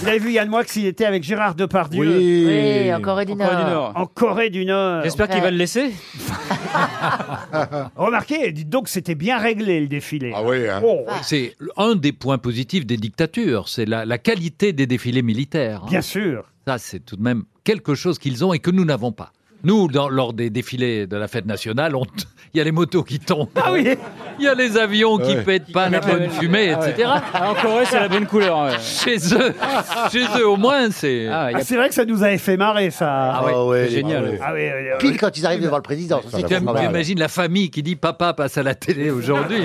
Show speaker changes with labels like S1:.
S1: Vous avez vu Yann Moix, il était avec Gérard Depardieu.
S2: Oui. Oui, en Corée du En Corée du Nord. Nord.
S1: En Corée du Nord.
S2: J'espère
S3: Euh,
S2: qu'il va le
S1: laisser. Remarquez, dites donc, c'était bien réglé le défilé. Ah oui,
S4: C'est un des points positifs des dictatures, c'est la, la qualité des défilés militaires. hein.
S1: Bien sûr.
S4: Ça, c'est tout de même quelque chose qu'ils ont et que nous n'avons pas. Nous, dans- lors des défilés de la fête nationale, on t- il y a les motos qui tombent.
S1: Ah oui
S4: Il y a les avions qui
S3: Ouais.
S4: pètent pas
S3: Ils
S4: la
S3: mettent la
S4: bonne
S3: bonne-
S4: fumée,
S3: Ah ouais.
S4: etc.
S3: Ah, en Corée, c'est la bonne couleur, ouais.
S4: Chez eux, chez eux au moins, c'est.
S1: Ah, c'est vrai que ça nous avait fait marrer, ça.
S4: Ah ouais. Ah ouais, C'est génial.
S1: Ah ouais, ouais, ouais.
S4: Pile
S5: quand ils arrivent devant le président.
S1: ça,
S4: Tu
S1: c'est pas mal.
S4: imagines la famille qui dit papa passe à la télé aujourd'hui.